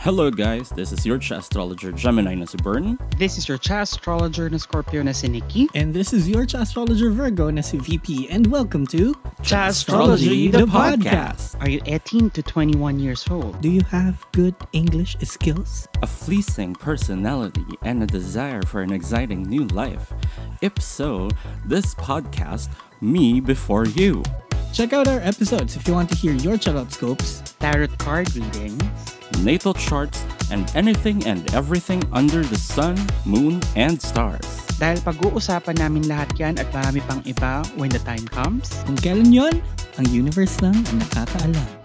Hello guys, this is your astrologer Gemini na si Bern. This is your Cha Astrologer na Scorpio na si Nikki. And this is your Cha Astrologer Virgo na si VP and welcome to Cha Astrology, the podcast. Are you 18 to 21 years old? Do you have good English skills? A fleecing personality and a desire for an exciting new life. If so, this podcast, Me Before You. Check out our episodes if you want to hear your charot scopes. Tarot card readings. natal charts, and anything and everything under the sun, moon, and stars. Dahil pag-uusapan namin lahat yan at marami pang iba when the time comes. Kung kailan yon, ang universe lang ang nakakaalam.